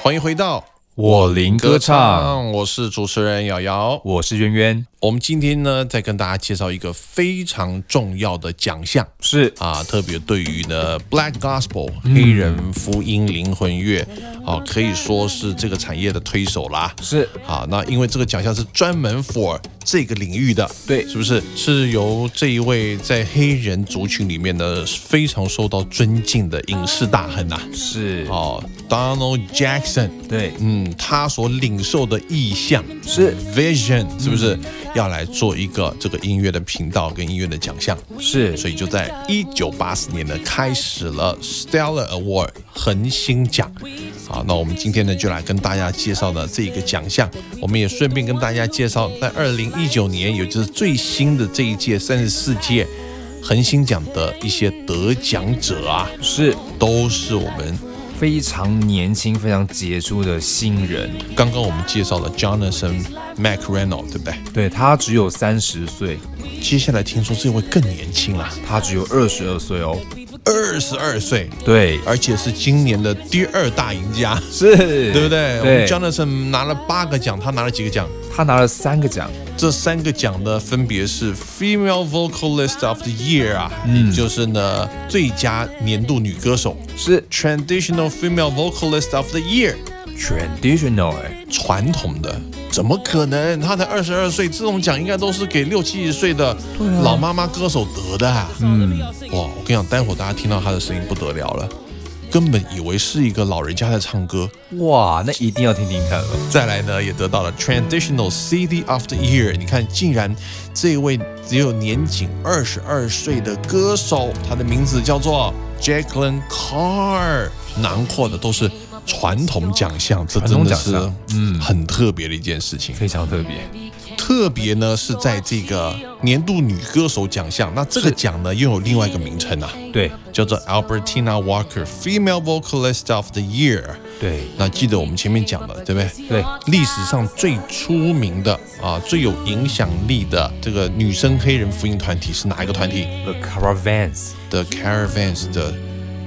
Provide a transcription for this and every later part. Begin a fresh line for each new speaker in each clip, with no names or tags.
欢迎回到
我林歌唱，，
我是主持人瑶瑶。
我是圆圆，
我们今天呢，再跟大家介绍一个非常重要的奖项
是
啊，特别对于呢 Black Gospel、黑
嗯
人福音灵魂乐，啊，可以说是这个产业的推手啦。
是
好，那因为这个奖项是专门 for 这个领域的，
对
是不是？是由这一位在黑人族群里面呢非常受到尊敬的影视大亨呐、
是，
哦，Donald Jackson，
对，
嗯，他所领受的意象
是
vision，是不是、要来做一个这个音乐的频道跟音乐的奖项？
嗯是
所以就在一九八四年呢，开始了 Stellar Award 恒星奖。好，那我们今天呢，就来跟大家介绍呢这个奖项。我们也顺便跟大家介绍，在二零一九年，也就是最新的这一届三十四届恒星奖的一些得奖者啊，
是
都是我们
非常年轻、非常杰出的新人，
刚刚我们介绍了 Jonathan McReynolds，对不对？
对他只有三十岁，
接下来听说这位更年轻啦，
他只有二十二岁哦，
二十二岁，
对，
而且是今年的第二大赢家，
是，
对不对？我们
对，
Jonathan 拿了八个奖，他拿了几个奖？
他拿了三个奖，
这三个奖呢，分别是 Female Vocalist of the Year 啊，也就是呢最佳年度女歌手
是
；Traditional Female Vocalist of the Year，
traditional 哎，
传统的，怎么可能？她才二十二岁，这种奖应该都是给六七十岁的老妈妈歌手得的、啊。嗯，啊哇，我跟你讲，待会儿大家听到她的声音不得了了，根本以为是一个老人家在唱歌。
哇，那一定要听听看了，
再来呢，也得到了 Traditional CD of the Year。你看，竟然这位只有年仅二十二岁的歌手，他的名字叫做 Jacqueline Carr，囊括的都是传统奖项，这真
传统
的
奖
是
项
嗯很特别的一件事情。
非常特别，
特别呢是在这个年度女歌手奖项，那这个奖呢又有另外一个名称啊，
对
叫做 Albertina Walker Female Vocalist of the Year。
对，
那记得我们前面讲的，对不对？
对，
历史上最出名的啊，最有影响力的这个女生黑人福音团体是哪一个团体
The Caravans
？The Caravans 的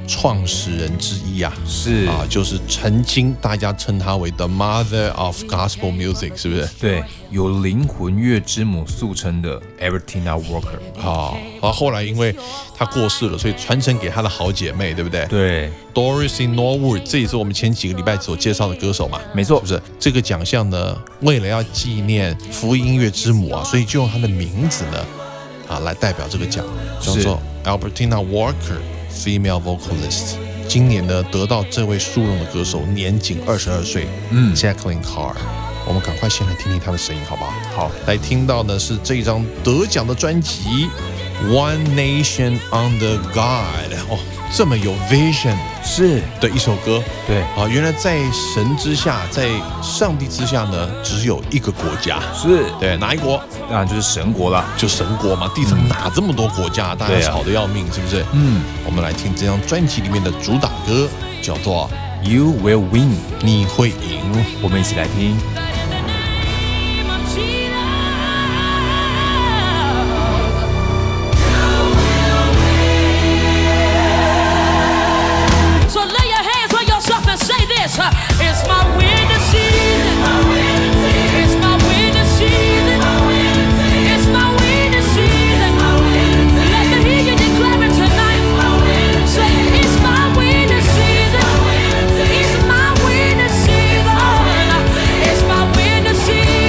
创始人之一啊，
是
啊，就是曾经大家称她为 The Mother of Gospel Music，是不是？
对，有灵魂乐之母俗称的 Evertina Walker。
啊，然后后来因为她过世了，所以传承给她的好姐妹，对不对？
对，
Dorothy Norwood，这也是我们前几个礼拜所介绍的歌手嘛，
没错
是不是？这个奖项呢，为了要纪念福音乐之母啊，所以就用她的名字呢，啊，来代表这个奖，叫
是
做 Albertina Walker Female Vocalist。今年呢，得到这位殊荣的歌手年仅二十二岁，嗯，Jacqueline Carr。我们赶快先来听听她的声音，好不好？
好
来听到的是这张得奖的专辑《One Nation Under God》哦，这么有 vision
是，
的一首歌。
对
啊，原来在神之下，在上帝之下呢，只有一个国家。
是，
对，哪一国？
当然就是神国啦。
就神国嘛，地上哪这么多国家，大家
对啊
吵得要命，是不是？嗯，我们来听这张专辑里面的主打歌，叫做
You will win，
《你会赢》。
我们一起来听。
So lay your hands on yourself and say this. huh? It's my winning season. It's my winning season. It's my winning season. Let me hear you declare it tonight. Say, it's my winning season. It's my winning season. It's my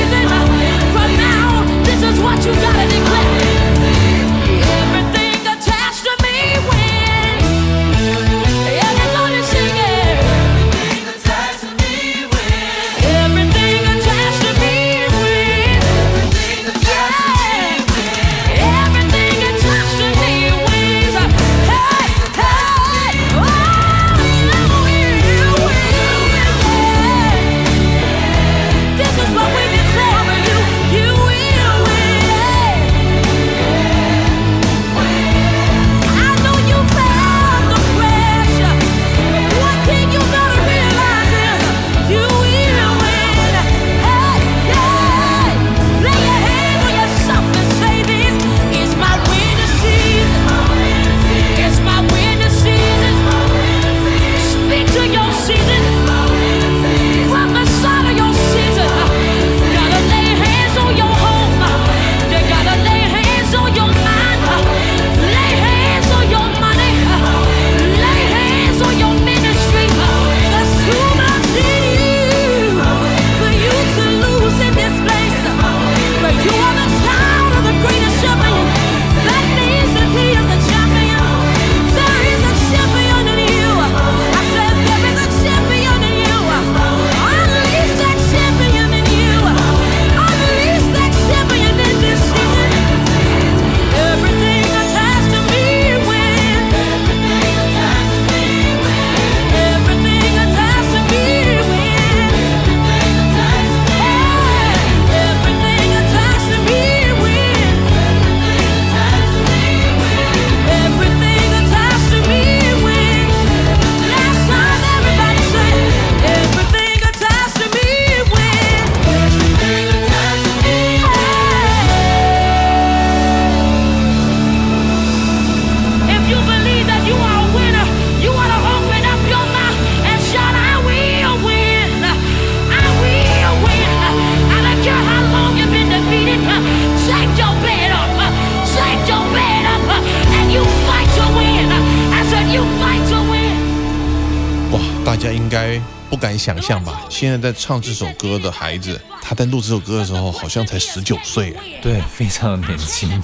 家应该不敢想象吧？现在在唱这首歌的孩子，他在录这首歌的时候好像才十九岁啊！
对，非常年轻。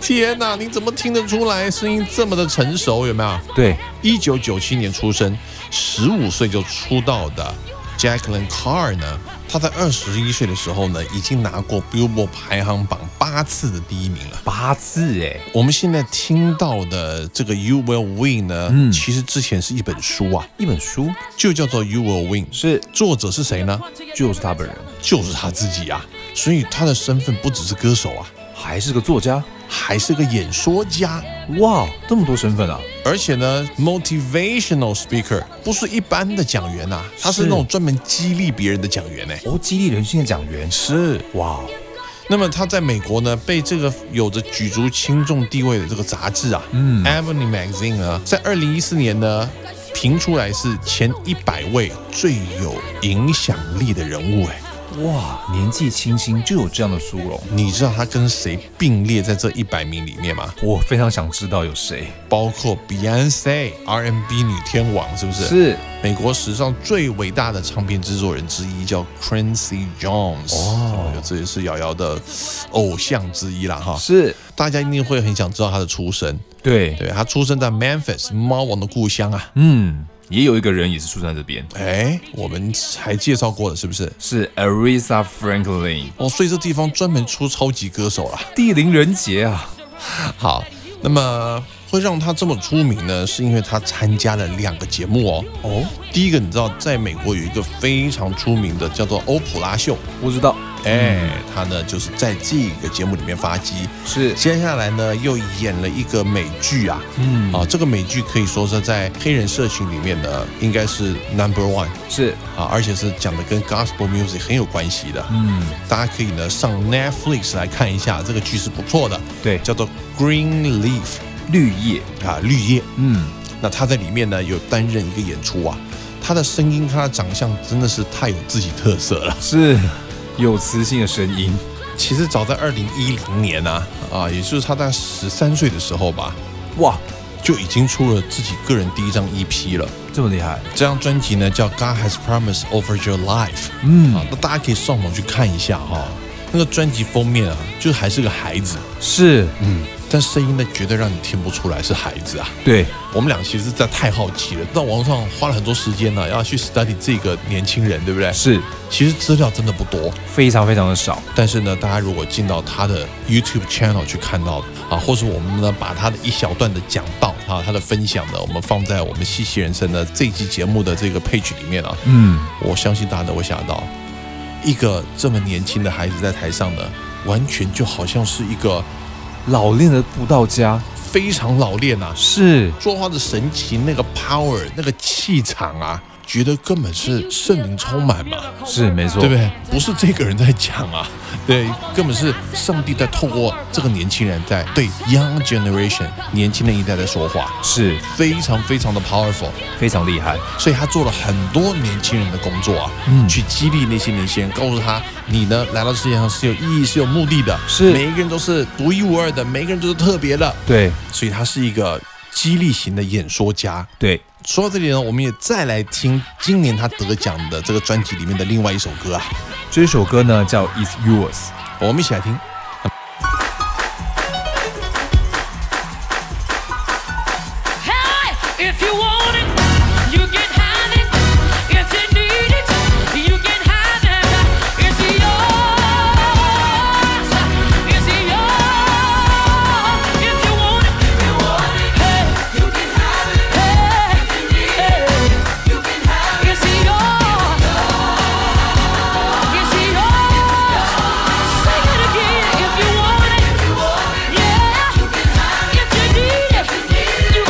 天哪，你怎么听得出来声音这么的成熟？有没有？
对，
一九九七年出生，十五岁就出道的 Jacqueline Carr 呢，她在二十一岁的时候呢，已经拿过 Billboard 排行榜八次的第一名了。
八字哎，
我们现在听到的这个 You Will Win 呢，其实之前是一本书啊，
一本书
就叫做 You Will Win，
是
作者是谁呢？
就是他本人，
就是他自己啊，所以他的身份不只是歌手啊，
还是个作家。
还是个演说家。
哇，这么多身份啊！
而且呢，motivational speaker 不是一般的讲员呐、啊，他是
是
那种专门激励别人的讲员呢、
哦，激励人心的讲员。
是，
哇，
那么他在美国呢，被这个有着举足轻重地位的这个杂志啊，嗯，Ebony Magazine 呢，在二零一四年呢，评出来是前一百位最有影响力的人物、哎，
哇，年纪轻轻就有这样的殊荣，
你知道他跟谁并列在这一百名里面吗？
我非常想知道有谁
包括 Beyonce R&B 女天王，是不是？
是
美国史上最伟大的唱片制作人之一，叫 Quincy Jones。哦，这也是瑶瑶的偶像之一啦，哈。
是，
大家一定会很想知道他的出身。
对，
对他出生在 Memphis，猫王的故乡啊。
嗯，也有一个人也是住在这边，
哎，我们还介绍过了，是不是？
是 Aretha Franklin，
哦，所以这地方专门出超级歌手啦。
地灵人杰啊，
好，那么会让他这么出名呢，是因为他参加了两个节目哦。
哦，
第一个你知道，在美国有一个非常出名的叫做欧普拉秀，
不知道
哎，他呢就是在这个节目里面发迹。
是
接下来呢，又演了一个美剧啊，嗯，啊，这个美剧可以说是在黑人社群里面呢，应该是 number one
是
啊，而且是讲的跟 gospel music 很有关系的，嗯，大家可以呢上 Netflix 来看一下，这个剧是不错的，
对
叫做 Green Leaf
绿叶，
啊，绿叶，
嗯，
那他在里面呢有担任一个演出啊，他的声音、他的长相真的是太有自己特色了。
是有磁性的声音，
其实早在二零一零年啊，啊，也就是他大概十三岁的时候吧，
哇，
就已经出了自己个人第一张 EP 了。
这么厉害，
这张专辑呢叫《God Has Promised Over Your Life》，嗯，啊，那大家可以上网去看一下哈、那个专辑封面啊，就还是个孩子，
是，
嗯，但声音呢绝对让你听不出来是孩子啊。
对，
我们俩其实实在太好奇了，到网上花了很多时间呢、要去 study 这个年轻人，对不对？
是
其实资料真的不多，
非常非常的少，
但是呢，大家如果进到他的 YouTube channel 去看到啊，或是我们呢把他的一小段的讲道啊，他的分享呢，我们放在我们西西人生的这期节目的这个 page 里面啊，
嗯，
我相信大家都会想到，一个这么年轻的孩子在台上呢，完全就好像是一个
老练的布道家
非常老练啊，
是
说话的神情、那个 power、那个气场啊，觉得根本是圣灵充满嘛，
是没错，
对不对？不是这个人在讲 啊，对，根本是上帝在透过这个年轻人在对 young generation 年轻的一代在说话，
是
非常非常的 powerful。
非常厉害，
所以他做了很多年轻人的工作啊，嗯，去激励那些年轻人，告诉他你呢来到世界上是有意义、是有目的的，
是
每一个人都是独一无二的，每一个人都是特别的，
对
所以他是一个激励型的演说家。
对，
说到这里呢，我们也再来听今年他得奖的这个专辑里面的另外一首歌啊，
这首歌呢叫 It's Yours。
我们一起来听。
Hey, if you want it, you can have it. If you need it, you can have it. It's yours. It's yours. If you want it, you want it. Hey, you can have it. Hey, if you need it, you can have it. It's yours. It's yours. Sing it again. If you want it, yeah. If you need it, you can have it. It's yours.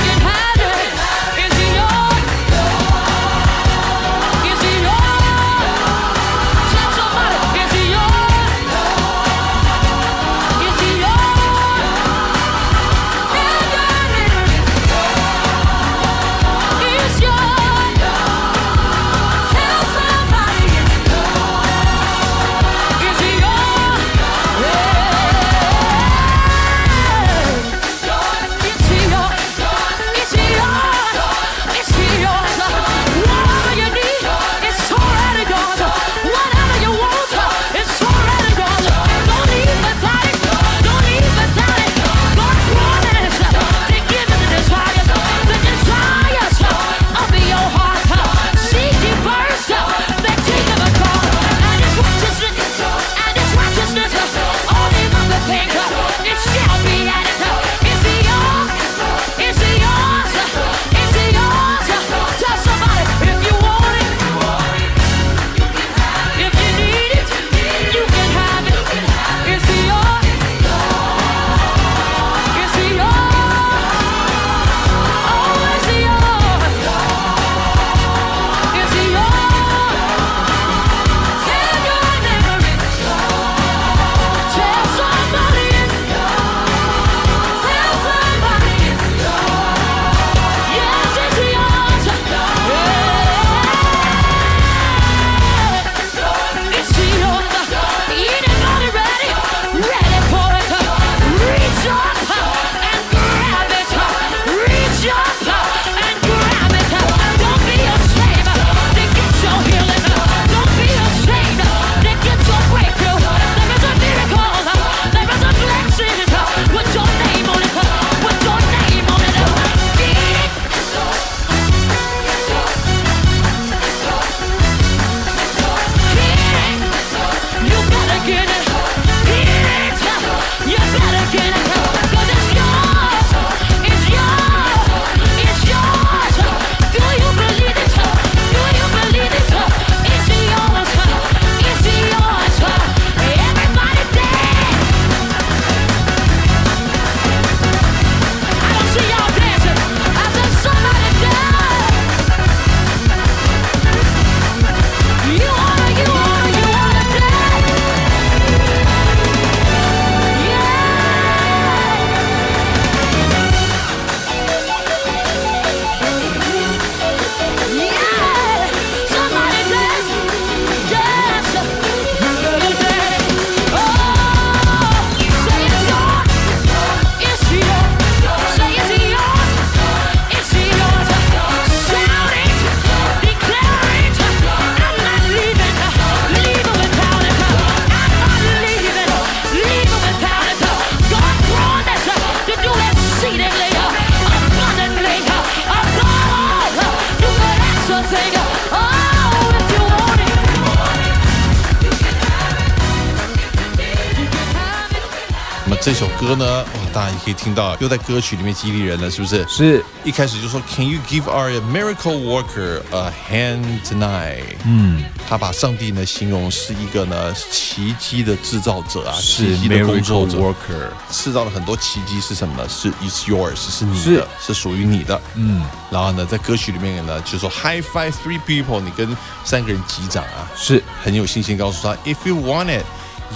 这首歌呢，哇，大家也可以听到，又在歌曲里面激励人了，是不是？
是
一开始就说 Can you give our miracle worker a hand tonight？嗯，他把上帝呢形容是一个呢奇迹的制造者啊，
是
奇迹的工作
miracle
者。
worker，
制造了很多奇迹是什么呢？是 is yours，是你的
是，
是属于你的。嗯，然后呢，在歌曲里面呢，就说 high five three people，你跟三个人击掌啊，
是
很有信心告诉他，if you want it。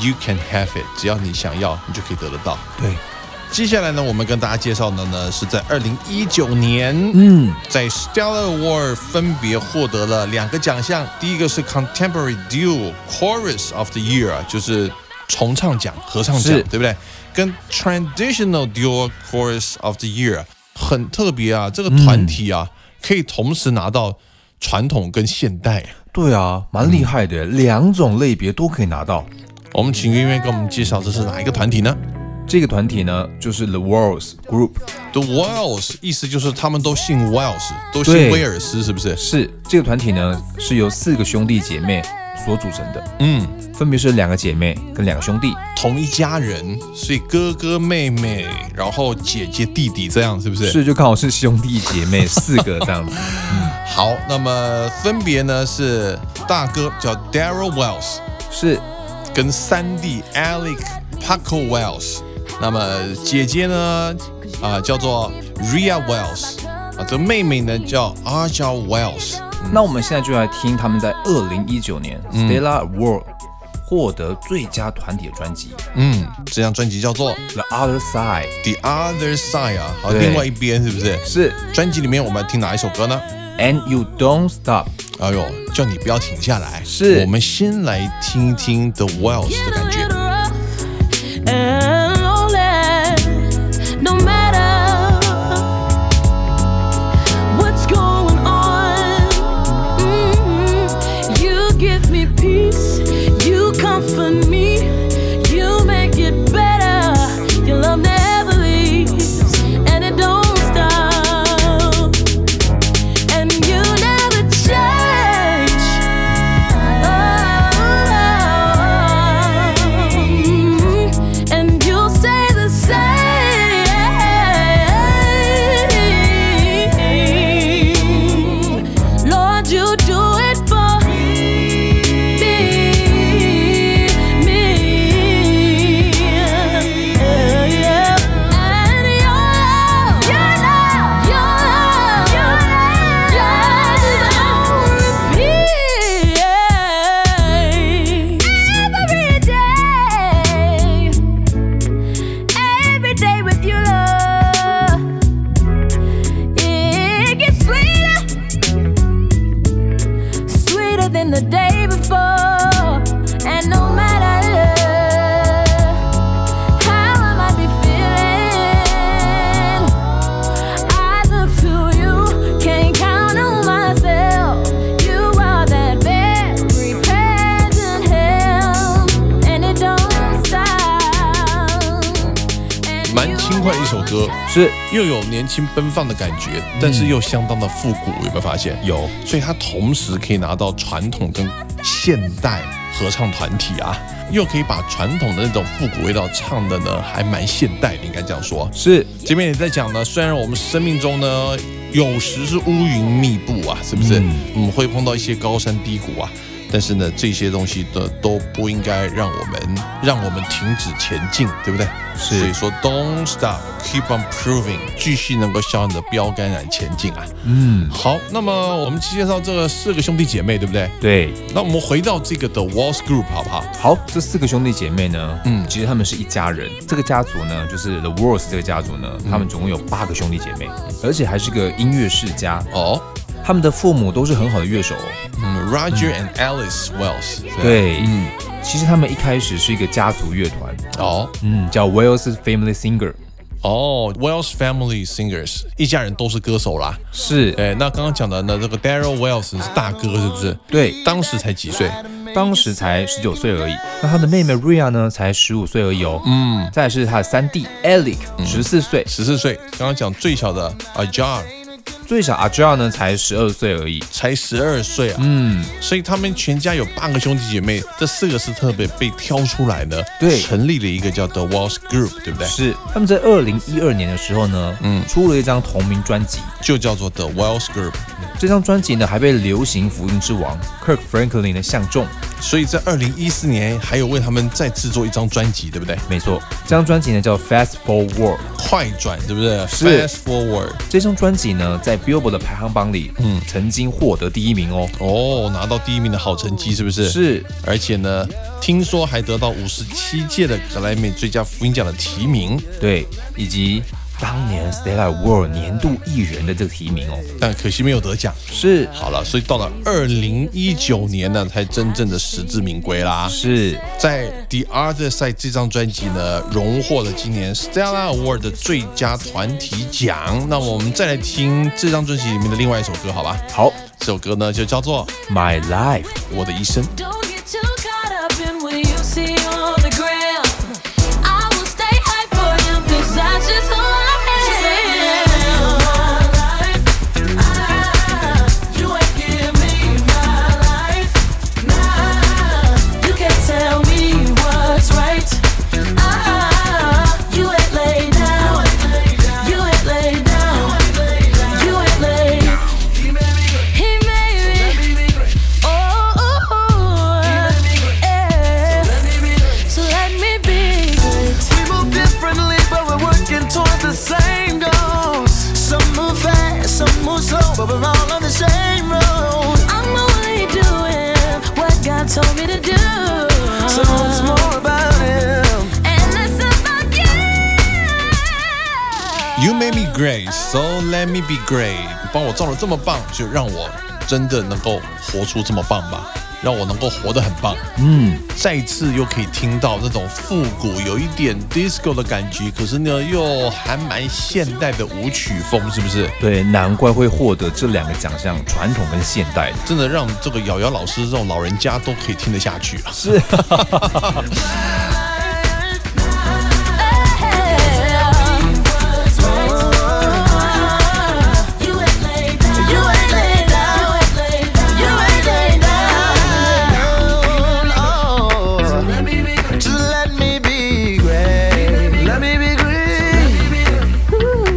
You can have it，只要你想要，你就可以得得到。
对，
接下来呢，我们跟大家介绍的呢是在二零一九年，嗯，在 Stellar Award 分别获得了两个奖项，第一个是 Contemporary Duo Chorus of the Year，啊就是重唱奖、合唱奖，
是
对不对？跟 Traditional Duo Chorus of the Year 很特别啊，这个团体啊、
嗯
可以同时拿到传统跟现代。
对啊，蛮厉害的，两种类别都可以拿到。
我们请音乐给我们介绍这是哪一个团体呢？
这个团体呢，就是 The Walls Group，
The Wells 意思就是他们都姓 Wells，都姓
对
威尔斯，是不是？
是这个团体呢是由四个兄弟姐妹所组成的，
嗯，
分别是两个姐妹跟两个兄弟。
同一家人，所以哥哥妹妹，然后姐姐弟弟这样，是不是？。
是，就刚好是兄弟姐 妹四个这样子。
好，那么分别呢是大哥叫 Daryl Wells，
是
跟三弟 Alec Paco Wells，那么姐姐呢啊、叫做 Ria Wells，啊这妹妹呢叫 Arja Wells。
那我们现在就来听他们在二零一九年 Stella Award 获得最佳团体的专辑
嗯，这张专辑叫做《
《The Other Side》。
The Other Side》啊，好，
对
另外一边是不是？
是
专辑里面我们听哪一首歌呢？
And You Don't Stop。
哎呦，叫你不要停下来。
是
我们先来听一听 The Wells 的感觉。
And lonely, no matter what's going on, mm, you give me peace, you comfort me, you make it better. Your love never leaves, and it don't stop. And you never change. Mm-hmm. And you'll stay the same. Lord, you do it for me, me. And your love, your love, your love, your love is on repeat every day, every day with your love. It gets sweeter sweeter than the day before. And no matter how I might be feeling, I look to you, can't count on myself. You are that very present help, and it don't stop. And
蛮
you
轻快的一首歌，
是
又有年轻奔放的感觉，但是又相当的复古，有没有发现？有，所以它同时可以拿到传统跟现代合唱团体啊，又可以把传统的那种复古味道唱的呢，还蛮现代的，应该这样说。
是
前面也在讲呢，虽然我们生命中呢有时是乌云密布啊，是不
嗯
是？我们会碰到一些高山低谷啊，但是呢，这些东西的都不应该让我们让我们停止前进，对不对？
是
所以说，Don't stop, keep on proving，继续能够向你的标杆来前进啊。嗯，好，那么我们介绍这四个兄弟姐妹，对不对？
对。
那我们回到这个 The Walls Group 好不好？
好，这四个兄弟姐妹呢，嗯，其实他们是一家人。这个家族呢，就是 The Walls 这个家族呢，他们总共有八个兄弟姐妹，而且还是个音乐世家。
哦、
他们的父母都是很好的乐手、哦。
嗯，Roger and Alice Wells，是吧，
对，嗯，其实他们一开始是一个家族乐团，
哦。
嗯，叫 Wells Family Singer。
哦、w e l l s Family Singers，一家人都是歌手啦。
是，
哎，那刚刚讲的呢，这个 Daryl Wells 是大哥，是不是？
对
当时才几岁？
当时才十九岁而已。那他的妹妹 Ria 呢，才十五岁而已哦。嗯，再来是他的三弟 Alec，十四岁。
啊十四岁。刚刚讲最小的 Ajar
最小阿 j a 呢才十二岁而已。
才十二岁啊，嗯，所以他们全家有八个兄弟姐妹，这四个是特别被挑出来的，
对
成立了一个叫 The Walls Group，对不对？
是他们在二零一二年的时候呢，嗯，出了一张同名专辑。
就叫做 The Walls Group。
这张专辑呢还被流行福音之王 Kirk Franklin 的相中。
所以在二零一四年还有为他们再制作一张专辑，对不对？
没错，这张专辑呢叫 Fast Forward。
快转，对不对
是
？Fast Forward，
这张专辑呢在 Billboard 的排行榜里，嗯，曾经获得第一名哦。
哦，拿到第一名的好成绩，是不是？
是。
而且呢，听说还得到五十七届的格莱美最佳福音奖的提名，
对，以及当年 Stella World 年度艺人的这个提名哦。
但可惜没有得奖。
是
好了，所以到了二零一九年呢，才真正的实至名归啦。
是，
在《The Other Side》这张专辑呢，荣获了今年 Stella Award 的最佳团体奖。那我们再来听这张专辑里面的另外一首歌，好吧？
好
这首歌呢就叫做《
，My Life。
我的一生》。
Don't get too caught up in what you see on the gram. I will stay high for him 'cause that's just who I am. You ain't giving me my life. Nah, you can't tell me what's right. Ah, you ain't laid down. You ain't laid down. You ain't laid. He made me. Oh, oh, oh, yeah. So let me be great.
We move differently, but we're working towards the same goals. Some move fast, some move slow, but we're all on the same road.
I'm only doing what God told me to do.
So it's more about him.
And that's about you.
You made me great, so let me be great。你帮我造的这么棒，就让我真的能够活出这么棒吧，让我能够活得很棒。嗯，再次又可以听到那种复古，有一点 disco 的感觉，可是呢又还蛮现代的舞曲风，是不是？
对，难怪会获得这两个奖项，传统跟现代。
真的让这个瑶瑶老师这种老人家都可以听得下去啊！是，
You ain't laid down. You ain't laid down. You ain't laid down.
Oh, Lord. Just let me be great. Let me be great.
You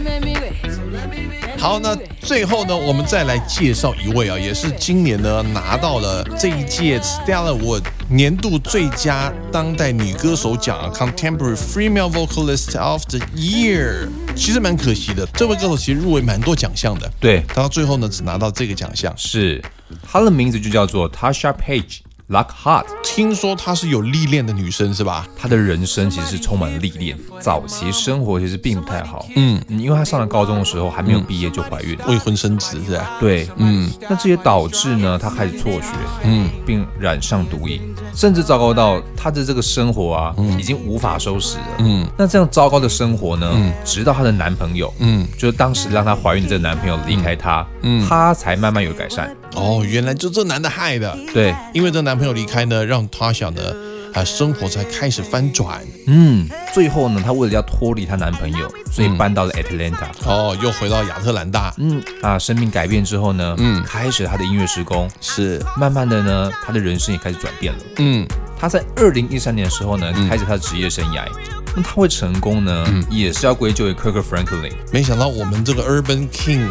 made me great.
好，那最后呢，我们再来介绍一位啊，也是今年呢拿到了这一届 Stella Award 年度最佳当代女歌手奖啊，Contemporary Female Vocalist of the Year。其实蛮可惜的，这位歌手其实入围蛮多奖项的，
对
她到最后呢只拿到这个奖项。
是，她的名字就叫做 Tasha Page Lockhart。
听说她是有历练的女生是吧？
她的人生其实是充满历练，早期生活其实并不太好。嗯，因为她上了高中的时候还没有毕业就怀孕了。
未婚生子是吧？
对，嗯，那这也导致呢，她开始辍学，嗯，并染上毒瘾，甚至糟糕到她的这个生活啊，已经无法收拾了。嗯，那这样糟糕的生活呢，直到她的男朋友，嗯，就是当时让她怀孕的这个男朋友离开她，嗯，她才慢慢有改善。
哦，原来就这男的害的。
对，
因为这男朋友离开呢，让她想呢，啊，生活才开始翻转。
嗯，最后呢，她为了要脱离她男朋友，所以搬到了 Atlanta。
哦，又回到亚特兰大。
嗯啊，生命改变之后呢，嗯，开始她的音乐施工，
是
慢慢的呢，她的人生也开始转变了。
嗯，
他在二零一三年的时候呢，开始他的职业生涯。那他会成功呢，也是要归咎于 Kirk Franklin。
没想到我们这个 Urban King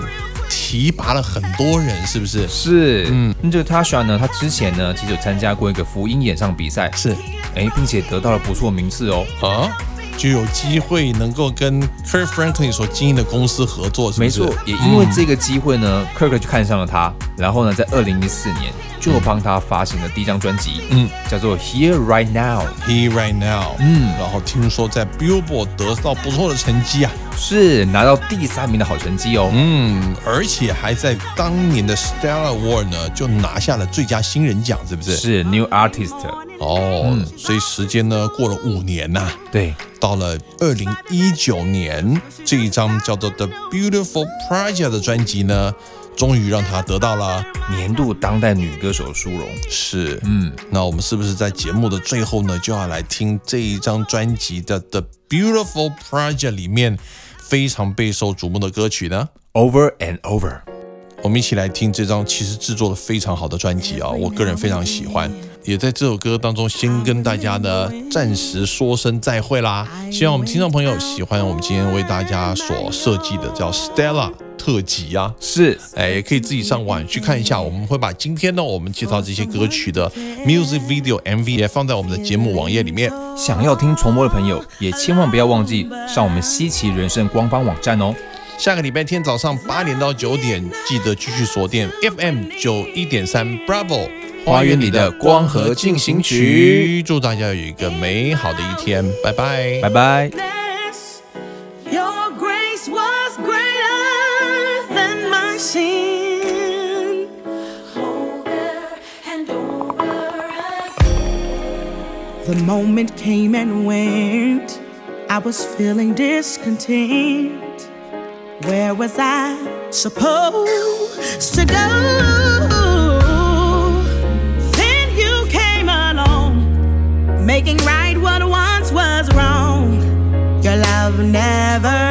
提拔了很多人，是不是？
是，嗯，那这个 Tasha 呢，他之前呢，其实有参加过一个福音演唱比赛，
是
哎，并且得到了不错的名次哦。
啊，就有机会能够跟 Kirk Franklin 所经营的公司合作，是不
没
是？
错，也因为这个机会呢、k i r k 就看上了他，然后呢，在二零一四年就帮他发行了第一张专辑，嗯，叫做 Here Right Now。
He right now，嗯，然后听说在 Billboard 得到不错的成绩啊，
是拿到第三名的好成绩哦。
嗯，而且还在当年的 Stella Award 呢，就拿下了最佳新人奖，是不是？
是 New Artist。
哦，所以时间呢过了五年啊呐、
对，
到了二零一九年，这一张叫做《The Beautiful Project》的专辑呢，终于让他得到了
年度当代女歌手殊荣。
是，嗯，那我们是不是在节目的最后呢，就要来听这一张专辑的《The Beautiful Project》里面非常备受瞩目的歌曲呢？
Over and Over。
我们一起来听这张其实制作的非常好的专辑啊、我个人非常喜欢。也在这首歌当中，先跟大家呢暂时说声再会啦。希望我们听众朋友喜欢我们今天为大家所设计的叫 Stella 特辑啊，
是，
哎，也可以自己上网去看一下。我们会把今天呢我们介绍这些歌曲的 music video MV 也放在我们的节目网页里面。
想要听重播的朋友，也千万不要忘记上我们稀奇人生官方网站哦。
下个礼拜天早上八点到九点，记得继续锁定 FM 九一点三 Bravo
花园里的光合进行曲。
祝大家有一个美好的一天，拜拜。
拜拜。
Bless. Your grace was greater than my sin.
Over and over again.
The moment came and went. I was feeling discontent. Where was I supposed to go? Then you came along, making right what once was wrong. Your love never Oh,